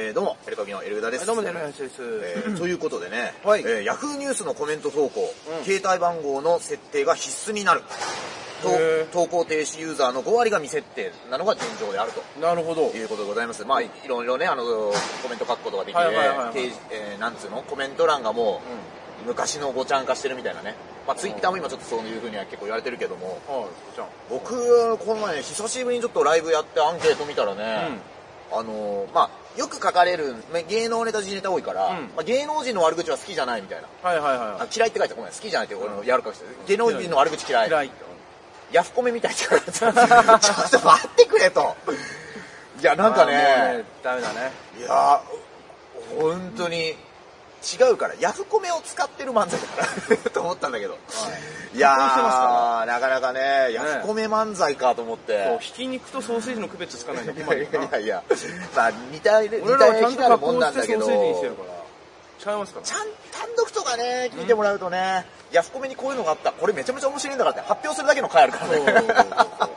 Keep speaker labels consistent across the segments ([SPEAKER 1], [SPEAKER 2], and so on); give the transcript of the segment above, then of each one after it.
[SPEAKER 1] えーどうも、エルカビのエルグダです。
[SPEAKER 2] どうも、ねるやしです。
[SPEAKER 1] えーということでね、
[SPEAKER 2] はい
[SPEAKER 1] えー、ヤフーニュースのコメント投稿、
[SPEAKER 2] うん
[SPEAKER 1] 携帯番号の設定が必須になる。と
[SPEAKER 2] へー
[SPEAKER 1] 投稿停止ユーザーの5割が未設定なのが現状である
[SPEAKER 2] なるほど
[SPEAKER 1] と。いうことでございます。まあ、いろいろね、あの、コメント書くことができて、
[SPEAKER 2] はいはいはいはい
[SPEAKER 1] 掲示えーなんつうの、コメント欄がも
[SPEAKER 2] う
[SPEAKER 1] う、昔のごちゃん化してるみたいなね。まあ、ツイッターも今ちょっとそういうふうには結構言われてるけども、
[SPEAKER 2] ん。はい、じゃん。
[SPEAKER 1] 僕、この前、久しぶりにちょっとライブやってアンケート見たらね、あのーまあ、よく書かれる、まあ芸能ネタ、時事ネタ多いから、
[SPEAKER 2] うん
[SPEAKER 1] まあ、芸能人の悪口は好きじゃないみたいな。
[SPEAKER 2] はいはい
[SPEAKER 1] あ
[SPEAKER 2] は
[SPEAKER 1] 嫌いって書いてたごめん、好きじゃないって俺のやるかもしれない。芸能人の悪口嫌い。
[SPEAKER 2] い。嫌い。
[SPEAKER 1] ヤフコメみたいって書いて たちょっと待ってくれと。いや、なんか
[SPEAKER 2] あーもう
[SPEAKER 1] ね、
[SPEAKER 2] ダメだね。
[SPEAKER 1] いやー、本当に違うから、ヤフコメを使ってる漫才だから、と思ったんだけど。い、や
[SPEAKER 2] どうしてま
[SPEAKER 1] ー、
[SPEAKER 2] す
[SPEAKER 1] なかなかね、ヤフコメ漫才かと思って。
[SPEAKER 2] そう、ひき肉とソーセージの区別つかないと困
[SPEAKER 1] い
[SPEAKER 2] るよな。
[SPEAKER 1] やいや、まあ似た、似た
[SPEAKER 2] 俺らはちゃん
[SPEAKER 1] 似
[SPEAKER 2] と
[SPEAKER 1] た
[SPEAKER 2] 加
[SPEAKER 1] も
[SPEAKER 2] 工
[SPEAKER 1] んなん
[SPEAKER 2] し
[SPEAKER 1] だ
[SPEAKER 2] て
[SPEAKER 1] け
[SPEAKER 2] ソー
[SPEAKER 1] ど
[SPEAKER 2] セージにしてるから。違いますか
[SPEAKER 1] ちゃん単独とかね聞いてもらうとね、ヤフコメにこういうのがあったこれめちゃめちゃ面白いんだからって発表するだけの回ある からね
[SPEAKER 2] そうそうら。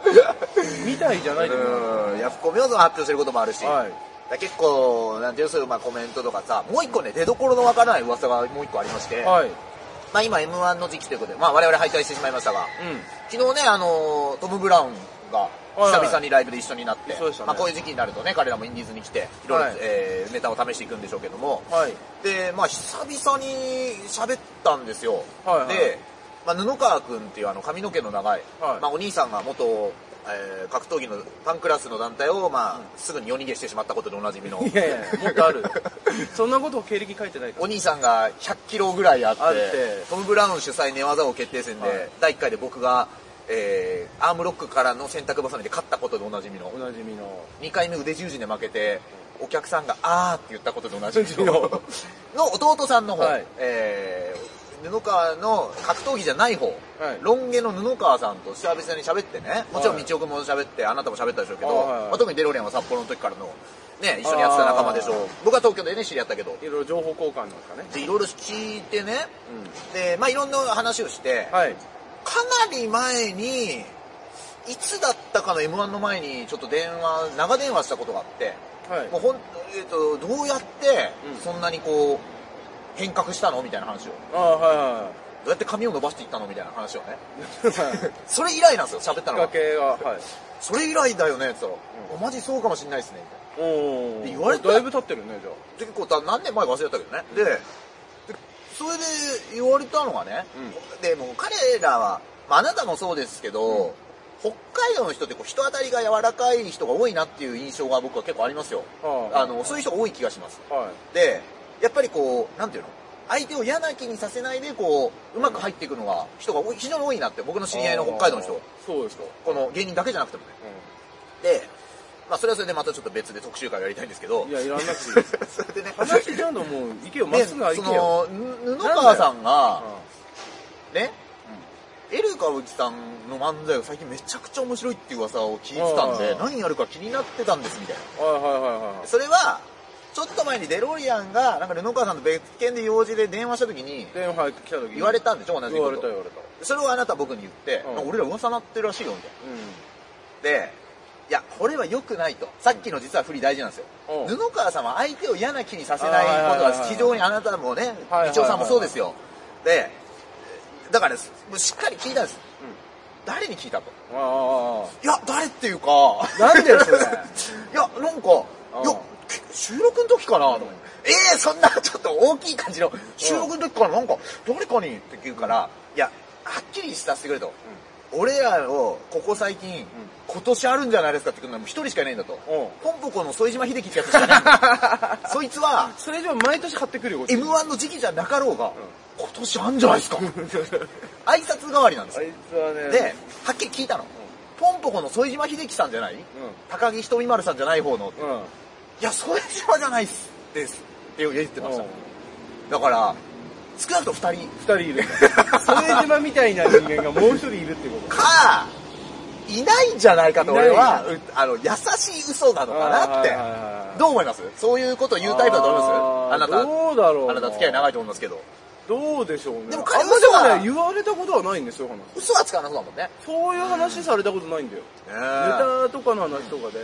[SPEAKER 2] みたいじゃないと思う。
[SPEAKER 1] うんヤフコメを発表することもあるし、
[SPEAKER 2] は
[SPEAKER 1] だ
[SPEAKER 2] い
[SPEAKER 1] から結構なんていうのそういうまあコメントとかさもう一個ね出どころのわからない噂がもう一個ありまして、
[SPEAKER 2] はい。
[SPEAKER 1] まあ、今 m 1の時期ということで、まあ、我々敗退してしまいましたが
[SPEAKER 2] う
[SPEAKER 1] 昨日ねあのトム・ブラウンが
[SPEAKER 2] はいはい
[SPEAKER 1] 久々にライブで一緒になって、
[SPEAKER 2] そうでしたね
[SPEAKER 1] まあ、こういう時期になるとね彼らもインディーズに来ていろいろ、
[SPEAKER 2] はい
[SPEAKER 1] えーネタを試していくんでしょうけども、
[SPEAKER 2] ん。はい。
[SPEAKER 1] で、まあ、久々に喋ったんですよ。
[SPEAKER 2] はいはい
[SPEAKER 1] で、まあ、布川君っていうあの髪の毛の長い、
[SPEAKER 2] はい
[SPEAKER 1] まあ、お兄さんが元、えー格闘技のファンクラスの団体を、まあすぐに夜逃げしてしまったことでおなじみの
[SPEAKER 2] いやいや、もっと ある。そんなことを経歴書いてないか
[SPEAKER 1] お
[SPEAKER 2] ら。
[SPEAKER 1] 兄さんが100キロぐらいあって
[SPEAKER 2] あって
[SPEAKER 1] トム・ブラウン主催寝技王決定戦で、
[SPEAKER 2] はい
[SPEAKER 1] 第1回で僕が、えーアームロックからの選択ばさみで勝ったことでおなじみの
[SPEAKER 2] おなじみの。
[SPEAKER 1] 2回目腕十字で負けてお客さんが「あー」って言ったことでおなじみのの弟さんの方、
[SPEAKER 2] はい
[SPEAKER 1] えー布川の格闘技じゃない方、
[SPEAKER 2] はい
[SPEAKER 1] ロン毛の布川さんと久々に喋ってねもちろん
[SPEAKER 2] はい
[SPEAKER 1] 道夫君も喋ってあなたも喋ったでしょうけど、
[SPEAKER 2] はいはい
[SPEAKER 1] まあ、特にデロリアンは札幌の時からの、ね、一緒にやってた仲間でしょう
[SPEAKER 2] あ
[SPEAKER 1] 僕は東京でね知り合ったけど
[SPEAKER 2] いろいろ情報交換なんですかね。
[SPEAKER 1] でいろいろ聞いてねで、まあ、いろんな話をして、
[SPEAKER 2] うん。はい。
[SPEAKER 1] かなり前にいつだったかの m 1の前にちょっと電話長電話したことがあって。
[SPEAKER 2] はい
[SPEAKER 1] も。うほん、えっとどうやって
[SPEAKER 2] うん
[SPEAKER 1] そんなにこう変革したのみたいな話をど
[SPEAKER 2] ああ、は
[SPEAKER 1] うやって髪を伸ばしていったのみたいな話をね
[SPEAKER 2] いはい。 きっ
[SPEAKER 1] それ以来なんですよ喋ったの
[SPEAKER 2] か
[SPEAKER 1] が
[SPEAKER 2] けが、はい。
[SPEAKER 1] それ以来だよねって言ったら、
[SPEAKER 2] う
[SPEAKER 1] おマジそうかもしんないですねみたい
[SPEAKER 2] おお
[SPEAKER 1] 言われた
[SPEAKER 2] だいぶ経ってるねじゃ
[SPEAKER 1] なで結構た何年前か忘れたけどねででそれで言われたのがね、でもう彼らは、まああなたもそうですけど、北海道の人ってこう人当たりが柔らかい人が多いなっていう印象が僕は結構ありますよ、
[SPEAKER 2] あは
[SPEAKER 1] あのそういう人が多い気がします
[SPEAKER 2] はい
[SPEAKER 1] でやっぱりこうなんていうの相手を嫌な気にさせないでこううまく入っていくのが人が多い非常に多いなって僕の知り合いの北海道の
[SPEAKER 2] あ
[SPEAKER 1] 人
[SPEAKER 2] ーそうですか
[SPEAKER 1] この芸人だけじゃなくてもねで、まあ、それはそれでまたちょっと別で特集会をやりたいんですけど
[SPEAKER 2] いやいらなくていい
[SPEAKER 1] それでね
[SPEAKER 2] 話ちゃんともう行けよまっ
[SPEAKER 1] ね
[SPEAKER 2] すぐ行
[SPEAKER 1] そ
[SPEAKER 2] けよ
[SPEAKER 1] のぬ布川さん
[SPEAKER 2] うん
[SPEAKER 1] がねエル歌舞伎さんの漫才が最近めちゃくちゃ面白いっていう噂を聞いてたんで
[SPEAKER 2] あー
[SPEAKER 1] 何やるか気になってたんですみたいな
[SPEAKER 2] はいはいはいはい
[SPEAKER 1] それはちょっと前にデロリアンがなんか布川さんと別件で用事で電話した時に
[SPEAKER 2] 電話来た時に
[SPEAKER 1] 言われたんでしょ同じ
[SPEAKER 2] 言
[SPEAKER 1] こ
[SPEAKER 2] われた
[SPEAKER 1] と
[SPEAKER 2] 言われた
[SPEAKER 1] それをあなた僕に言って、
[SPEAKER 2] うん
[SPEAKER 1] なんか俺ら噂なってるらしいよみたい
[SPEAKER 2] うん
[SPEAKER 1] なでいやこれは良くないとさっきの実は不利大事なんですよ、
[SPEAKER 2] うん
[SPEAKER 1] 布川さんは相手を嫌な気にさせないこと
[SPEAKER 2] あーはいはいはい
[SPEAKER 1] は
[SPEAKER 2] はい
[SPEAKER 1] 非常にあなたもね
[SPEAKER 2] はいはいはいはい
[SPEAKER 1] 道夫さんもそうですよでだからですもうしっかり聞いたんです誰に聞いたと
[SPEAKER 2] あああ
[SPEAKER 1] いや誰っていうか
[SPEAKER 2] なんでそれ
[SPEAKER 1] いやなんか
[SPEAKER 2] うん
[SPEAKER 1] いや収録の時かなと思ってええそんなちょっと大きい感じの収録の時からなんか誰かにって言うからいやはっきりさせてくれと俺らをここ最近、今年あるんじゃないですかって言うのも一人しかいないんだと、
[SPEAKER 2] うん
[SPEAKER 1] ポンポコの副島秀樹ってやつしかいないんだ そいつは
[SPEAKER 2] あそれじゃ毎年買ってくるよこっち
[SPEAKER 1] m 1の時期じゃなかろうが、今年あんじゃないですか挨拶代わりなんです
[SPEAKER 2] あ
[SPEAKER 1] よ
[SPEAKER 2] いつはね
[SPEAKER 1] ではっきり聞いたの、ポンポコの副島秀樹さんじゃない、高木ひとみ丸さんじゃない方の、
[SPEAKER 2] うんうん
[SPEAKER 1] いや副島じゃないっすですって言ってました、
[SPEAKER 2] うん
[SPEAKER 1] だから少なくとも2人
[SPEAKER 2] 二人いる副島みたいな人間がもう一人いるってこと
[SPEAKER 1] かいないんじゃないかと俺はい
[SPEAKER 2] ないう
[SPEAKER 1] あの優しい嘘なのかなって
[SPEAKER 2] はいはいはいはい
[SPEAKER 1] どう思いますそういうことを言うタイプだと思いますあなた
[SPEAKER 2] どうだろう
[SPEAKER 1] あなた付き合い長
[SPEAKER 2] い
[SPEAKER 1] いと思いますけど
[SPEAKER 2] どうでしょうね
[SPEAKER 1] でも彼
[SPEAKER 2] あんまでも
[SPEAKER 1] は
[SPEAKER 2] ね言われたことはないんですよ話
[SPEAKER 1] 嘘はつかなそうだもんね
[SPEAKER 2] そういう話されたことないんだよ。ネ
[SPEAKER 1] ネ
[SPEAKER 2] タとかの話とかで、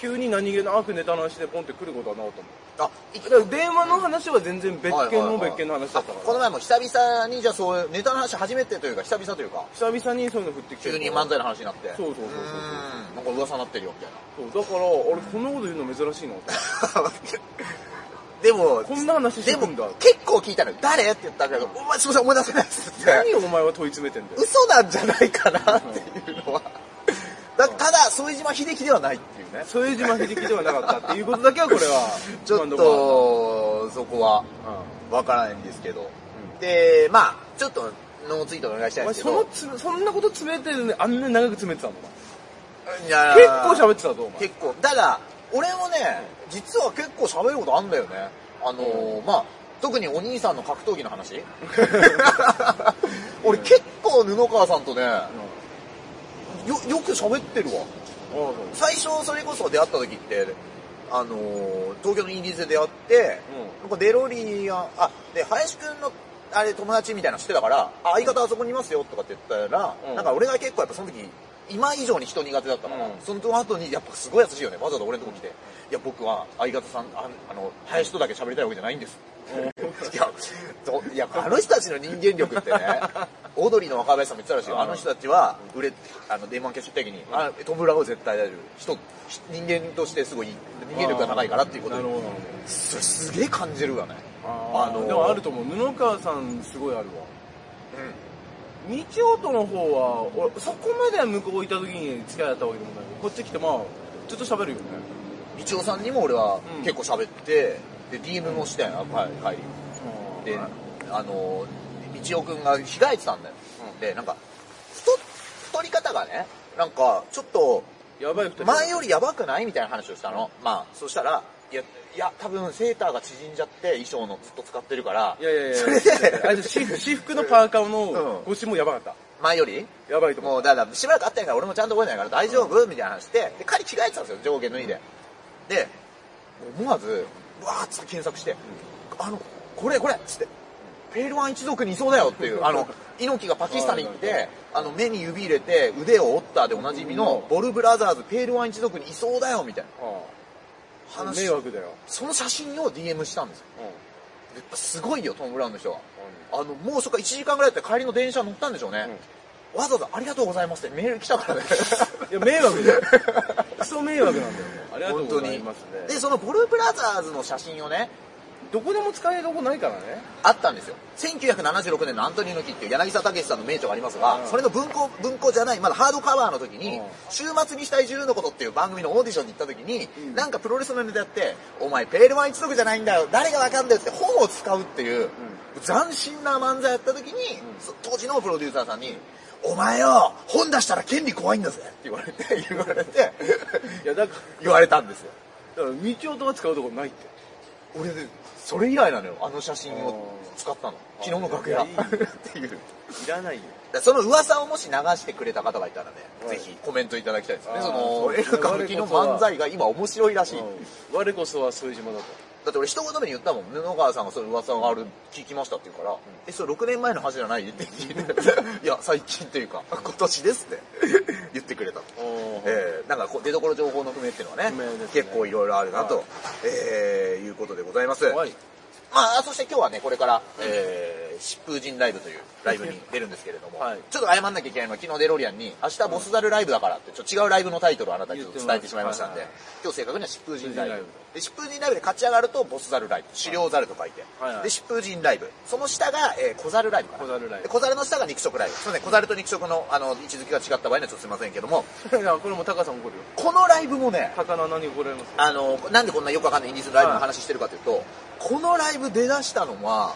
[SPEAKER 2] 急に何気なくネタの話でポンって来ることはなかったも
[SPEAKER 1] あ、
[SPEAKER 2] んだから電話の話は全然別件の別件の話だった
[SPEAKER 1] あ
[SPEAKER 2] か
[SPEAKER 1] この前
[SPEAKER 2] ら。
[SPEAKER 1] も久々に、じゃあそういうネタの話初めてというか、久々というか、
[SPEAKER 2] 久々にそういうの降ってきて
[SPEAKER 1] 急
[SPEAKER 2] る
[SPEAKER 1] に
[SPEAKER 2] から
[SPEAKER 1] 漫才の話になって。
[SPEAKER 2] そうそうそうそうそう
[SPEAKER 1] ーんなんか噂になってるよ、みたい な。
[SPEAKER 2] そうだから、俺こんなこと言うの珍しいな。
[SPEAKER 1] でも、
[SPEAKER 2] こんな話して
[SPEAKER 1] で
[SPEAKER 2] く
[SPEAKER 1] も
[SPEAKER 2] んだ。、
[SPEAKER 1] 結構聞いたのよ。誰って言ったけど、お前すいません、思い出せないっすって。
[SPEAKER 2] 何をお前は問い詰めてんだよ。
[SPEAKER 1] 嘘なんじゃないかなっていうの は。だただ、副島秀樹ではないっていうね。。
[SPEAKER 2] 副島秀樹ではなかったっていうことだけはこれは
[SPEAKER 1] ちょっ
[SPEAKER 2] 今のこ
[SPEAKER 1] と、そこは
[SPEAKER 2] ろは。
[SPEAKER 1] わからないんですけど。
[SPEAKER 2] ん
[SPEAKER 1] で、まあちょっと、ノーツイートお願いした
[SPEAKER 2] う
[SPEAKER 1] いん
[SPEAKER 2] ん。お
[SPEAKER 1] で
[SPEAKER 2] 前
[SPEAKER 1] すけ
[SPEAKER 2] その
[SPEAKER 1] ど。
[SPEAKER 2] つ、そんなこと詰めてるのにあんなに長く詰めてたの
[SPEAKER 1] いや
[SPEAKER 2] 結構喋ってたぞ、お前。
[SPEAKER 1] 結構。ただ、俺もね、実は結構喋ることあんだよね。あのーまあ特にお兄さんの格闘技の話俺結構布川さんとね、よ、よく喋ってるわ。
[SPEAKER 2] うんああそう
[SPEAKER 1] 最初それこそ出会った時って、あのー東京のインディーズで出会って、なんかデロリアン、あ、で、林くんの、あれ友達みたいなの知ってたから、あ、相方あそこにいますよとかって言ったら、
[SPEAKER 2] うん
[SPEAKER 1] なんか俺が結構やっぱその時、今以上に人苦手だったから、
[SPEAKER 2] うん
[SPEAKER 1] その後にやっぱすごい優しいよね、わざわざ俺のとこ来て。いや、僕は相方さん、ああの、林とだけ喋りたいわけじゃないんです。いやどいや、あの人たちの人間力 ってね、オードリーの若林さんも言ってたらしいよ。
[SPEAKER 2] うん
[SPEAKER 1] あの人たちは、売れ、あの、デーマン決勝的に、あトム・ブラウン絶対大丈夫。人、人間としてすごい、人間力が高いからっていうこと
[SPEAKER 2] な
[SPEAKER 1] で
[SPEAKER 2] るほどなる
[SPEAKER 1] それすげえ感じるわね。
[SPEAKER 2] ほど。
[SPEAKER 1] あのー
[SPEAKER 2] でもあると思う。布川さんすごいあるわ。
[SPEAKER 1] うん。
[SPEAKER 2] 日曜との方は、俺、そこまでは向こういた時に付き合いあったわけでもないけど、こっち来てまあ、ずっと喋るよね。
[SPEAKER 1] 道夫さんにも俺は
[SPEAKER 2] うん
[SPEAKER 1] 結構喋って、で、DM もしたよな、帰り。で、あの、道夫くんが着替えてたんだよ。で、なんか、太、太り方がね、なんか、ちょっと、
[SPEAKER 2] やばい二人。
[SPEAKER 1] 前よりやばくないみたいな話をしたの。まあ、そしたら、いや、いや、多分セーターが縮んじゃって、衣装のずっと使ってるから、
[SPEAKER 2] いやいやいや、
[SPEAKER 1] それで
[SPEAKER 2] あれ私服私服のパーカー
[SPEAKER 1] う
[SPEAKER 2] の
[SPEAKER 1] ん
[SPEAKER 2] 腰もやばかった。
[SPEAKER 1] 前より
[SPEAKER 2] やばいと思う。
[SPEAKER 1] もうだからしばらく会ってないから俺もちゃんと覚えてないから大丈夫みたいな話して、で、彼着替えてたんですよ、上下脱いで。で、思わず、わーっつって検索して、あの、これこれっつって、ペールワン一族にいそうだよっていう、あの、猪木がパキスタンに行っ
[SPEAKER 2] はいはいは
[SPEAKER 1] て、あの、目に指入れて腕を折ったでおなじみの、ボルブラザーズ、ペールワン一族にいそうだよみたいな
[SPEAKER 2] ああ
[SPEAKER 1] 話
[SPEAKER 2] 迷。惑だよ。
[SPEAKER 1] その写真を DM したんですよ。やっぱすごいよ、トム・ブラウンの人は。あの、もうそっか1時間ぐらいだって帰りの電車乗ったんでしょうね。わざわざありがとうございますってメール来た からね。
[SPEAKER 2] いや、迷惑 だよ。クソ迷惑なんだよ。ありがとうございますね。
[SPEAKER 1] で、そのボルブラザーズの写真をね、
[SPEAKER 2] どこでも使えるとこないからね。
[SPEAKER 1] あったんですよ。1976年のアントニオの木っていう柳沢武さんの名著がありますが、
[SPEAKER 2] うん
[SPEAKER 1] それの文庫、文庫じゃない、まだハードカバーの時に、
[SPEAKER 2] うん
[SPEAKER 1] 週末にしたい10のことっていう番組のオーディションに行った時に、
[SPEAKER 2] うん
[SPEAKER 1] なんかプロレスのネタやって、お前ペールワン一族じゃないんだよ、誰がわかんだよって本を使うっていう、斬新な漫才やった時に、そ当時のプロデューサーさんに、お前よ、本出したら権利怖いんだぜって言われて、言われて、
[SPEAKER 2] いや、だか
[SPEAKER 1] 言われたんですよ。
[SPEAKER 2] ら、だから道をとは使うとこないって。
[SPEAKER 1] 俺ねそれ以来なのよあの写真を
[SPEAKER 2] あー
[SPEAKER 1] 使ったの昨日の楽屋っ
[SPEAKER 2] いやいい
[SPEAKER 1] ていうだか
[SPEAKER 2] いらないよ。
[SPEAKER 1] ら その噂をもし流してくれた方がいたらね、
[SPEAKER 2] はい
[SPEAKER 1] ぜひコメントいただきたいですね
[SPEAKER 2] あー
[SPEAKER 1] そ
[SPEAKER 2] そ
[SPEAKER 1] の
[SPEAKER 2] うです
[SPEAKER 1] エ
[SPEAKER 2] ね
[SPEAKER 1] ルカブキの漫才が今面白いらしいだ
[SPEAKER 2] 我こそは副島だと。
[SPEAKER 1] って俺一言目に言ったもん布川さんがその噂がある聞きましたって言うから、えそれ6年前の話じゃないって聞い ていや最近というか今年ですって 言ってくれたえー、なんかこう出所情報の不明っていうのはね
[SPEAKER 2] 不明ですね
[SPEAKER 1] 結構いろいろあるなと、
[SPEAKER 2] はい
[SPEAKER 1] えーいうことでございます、
[SPEAKER 2] はい
[SPEAKER 1] まあ、そして今日はね、これから、えー、疾風神ライブというライブに出るんですけれども、
[SPEAKER 2] はい
[SPEAKER 1] ちょっと謝んなきゃいけないのは、昨日デロリアンに、明日ボスザルライブだからって、ちょっと違うライブのタイトルをあなたにちょっと伝えてしまいましたんで、
[SPEAKER 2] 言って
[SPEAKER 1] 今日正確には疾風神ライブ。
[SPEAKER 2] 疾
[SPEAKER 1] で、疾
[SPEAKER 2] 風神ライブ
[SPEAKER 1] 風神ライブで勝ち上がるとボスザルライブ、狩猟ザルと書いて、
[SPEAKER 2] はいはい
[SPEAKER 1] で、疾風神ライブ、その下が、えー、小猿ライブかな
[SPEAKER 2] 小猿ライ
[SPEAKER 1] で
[SPEAKER 2] ブ
[SPEAKER 1] 小猿の下が肉食ライブ。すいません、小猿と肉食の、あの、位置づけが違った場合にはちょっとすいませんけども、
[SPEAKER 2] いや、これも高さん怒るよ。
[SPEAKER 1] このライブもね、
[SPEAKER 2] 高菜何怒られます
[SPEAKER 1] あの、なんでこんなよくわかんないインディーズのライブの話してるかというと、このライブ出だしたのは、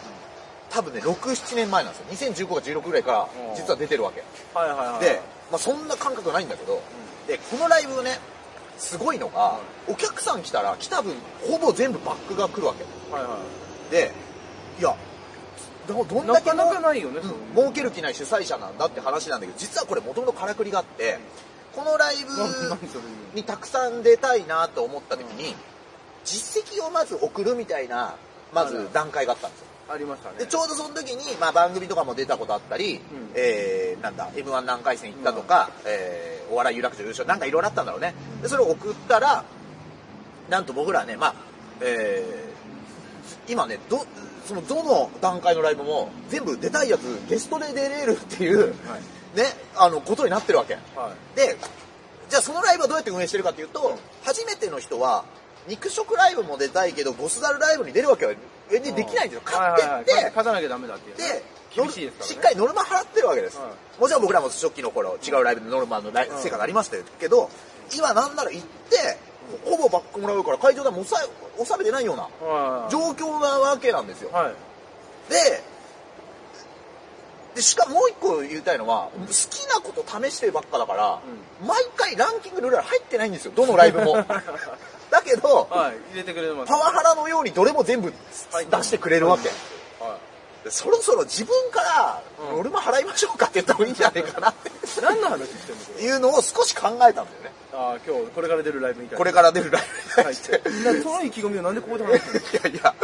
[SPEAKER 1] 多分ね、6、7年前なんですよ。2015か16ぐらいから
[SPEAKER 2] うん、
[SPEAKER 1] 実は出てるわけ。
[SPEAKER 2] はいはいはい。
[SPEAKER 1] で、まあそんな感覚ないんだけど、で、このライブね、すごいのが、お客さん来たら、来た分、ほぼ全部バックが来るわけ。
[SPEAKER 2] はいは
[SPEAKER 1] で、いや、どどん
[SPEAKER 2] い。
[SPEAKER 1] だ
[SPEAKER 2] な
[SPEAKER 1] け
[SPEAKER 2] か
[SPEAKER 1] も
[SPEAKER 2] なかないよね、その
[SPEAKER 1] うん儲ける気ない主催者なんだって話なんだけど、実はこれもともとからくりがあって、このライブ、
[SPEAKER 2] な何それ
[SPEAKER 1] にたくさん出たいなと思った時に、実績をまず送るみたいな、まず段階があったんですよ。
[SPEAKER 2] ありましたね。
[SPEAKER 1] で、ちょうどその時に、まあ番組とかも出たことあったり、
[SPEAKER 2] ん
[SPEAKER 1] えー、なんだ、M1 何回戦行ったとか、えー、お笑い有楽町優勝、なんかいろいろあったんだろうね。で、それを送ったら、なんと僕らはね、まあ、えー今ね、ど、その、どの段階のライブも、全部出たいやつ、ゲストで出れるっていう、
[SPEAKER 2] は
[SPEAKER 1] ね、あの、ことになってるわけ。
[SPEAKER 2] は
[SPEAKER 1] で、じゃあそのライブはどうやって運営してるかっていうと、初めての人は、肉食ライブも出たいけど、ゴスダルライブに出るわけは、えで
[SPEAKER 2] い。
[SPEAKER 1] できないんですよ。
[SPEAKER 2] は
[SPEAKER 1] 買っ
[SPEAKER 2] は
[SPEAKER 1] て
[SPEAKER 2] は
[SPEAKER 1] っ
[SPEAKER 2] い
[SPEAKER 1] て、
[SPEAKER 2] 勝たなきゃダメだっていうね。
[SPEAKER 1] で、
[SPEAKER 2] 厳しいですからね
[SPEAKER 1] しっかりノルマ払ってるわけです。
[SPEAKER 2] は
[SPEAKER 1] もちろん僕らも初期の頃、違うライブでノルマのライ
[SPEAKER 2] うん
[SPEAKER 1] 生活ありましたけど、今なんなら行って、ほぼバックもらうから会場でも抑え、収めてないような
[SPEAKER 2] はい。
[SPEAKER 1] 状況なわけなんですよ。
[SPEAKER 2] はい。
[SPEAKER 1] で、で、しかももう一個言いたいのは、好きなこと試してばっかだから、毎回ランキングルール入ってないんですよ、どのライブ も。だけど、
[SPEAKER 2] はい。入れてくれてます。
[SPEAKER 1] パワハラのようにどれも全部
[SPEAKER 2] はい
[SPEAKER 1] 出してくれるわけ。
[SPEAKER 2] は
[SPEAKER 1] そろそろ自分から
[SPEAKER 2] うん
[SPEAKER 1] ノルマ払いましょうかって言った方がいいんじゃないかなっ
[SPEAKER 2] い。何の話してんのこ
[SPEAKER 1] て
[SPEAKER 2] れ
[SPEAKER 1] いうのを少し考えたんだよね。
[SPEAKER 2] ああ、今日これから出るライブみたいな。
[SPEAKER 1] これから出るライブに
[SPEAKER 2] は
[SPEAKER 1] 対
[SPEAKER 2] い。
[SPEAKER 1] して。
[SPEAKER 2] なその意気込みをなんでここで話してんの
[SPEAKER 1] いやいや、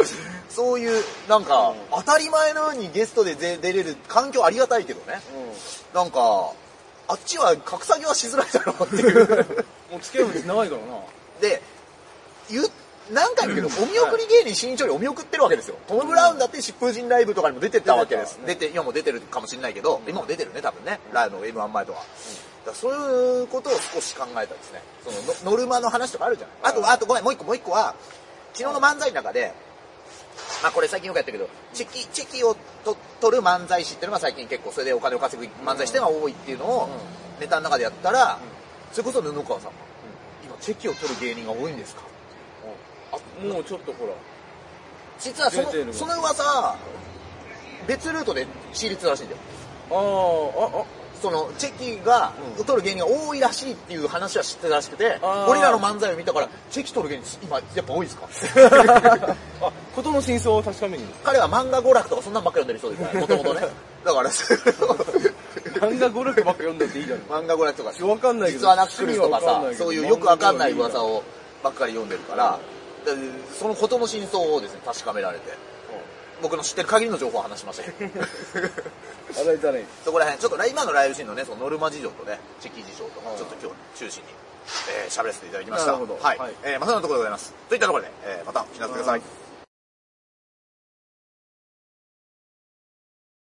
[SPEAKER 1] そういう、なんか、当たり前のようにゲストで出出れる環境ありがたいけどね。なんか、あっちは格下げはしづらいだろうって いう。
[SPEAKER 2] もう付き合いも長いからな。
[SPEAKER 1] で、言う、何回も言うけど、お見送り芸人新潮にお見送ってるわけですよ。トム・ブラウンだって疾風陣ライブとかにも出てったわけです。
[SPEAKER 2] 出
[SPEAKER 1] 出て、今も出てるかもしれないけど、今も出てるね、多分ね。ライブの M1 前とは。だからそういうことを少し考えたんですね。そのノノルマの話とかあるじゃない。あと、あとごめん、もう一個、もう一個は、昨日の漫才の中で、まあこれ最近よくやったけど、チェキ、チェキをと取る漫才師っていうのが最近結構それでお金を稼ぐ漫才師っていうのが多いっていうのを
[SPEAKER 2] う
[SPEAKER 1] ネタの中でやったら、それこそ布川さんが、今チェキを取る芸人が多いんですか
[SPEAKER 2] もうちょっとほら。
[SPEAKER 1] 実はそ
[SPEAKER 2] 出てる
[SPEAKER 1] の
[SPEAKER 2] わ
[SPEAKER 1] その噂は別ルートで仕入れてたらしいんだよ
[SPEAKER 2] ああ、あ、あ、
[SPEAKER 1] そのチェキが
[SPEAKER 2] うん
[SPEAKER 1] 取る芸人が多いらしいっていう話は知ってたらしくて
[SPEAKER 2] あー
[SPEAKER 1] 俺らの漫才を見たからチェキ取る芸人今やっぱ多いですか
[SPEAKER 2] あ、 ことの真相を確かめに。
[SPEAKER 1] 彼は漫画娯楽とかそんなんばっかり読んでる人ですからもともと ねだからそれを
[SPEAKER 2] 漫画娯楽ばっか読んだっていいだろ。
[SPEAKER 1] 漫画娯楽とか
[SPEAKER 2] わかんないけど。
[SPEAKER 1] 実はナックルスとかさそういうよくわかんない噂
[SPEAKER 2] を。
[SPEAKER 1] をばっかり読んでるからだからそのことの真相をですね確かめられて僕の知ってる限りの情報を話しました けど
[SPEAKER 2] 洗いたい。
[SPEAKER 1] そこら辺、ちょっとライ今のライブシーンのね、そのノルマ事情とね、チェキ事情と、ちょっと今日中心に、えー喋らせていただきました。
[SPEAKER 2] なるほど
[SPEAKER 1] はい。
[SPEAKER 2] はい
[SPEAKER 1] えーまあそんなところでございます。といったところで、えーまたお聞きなさってください。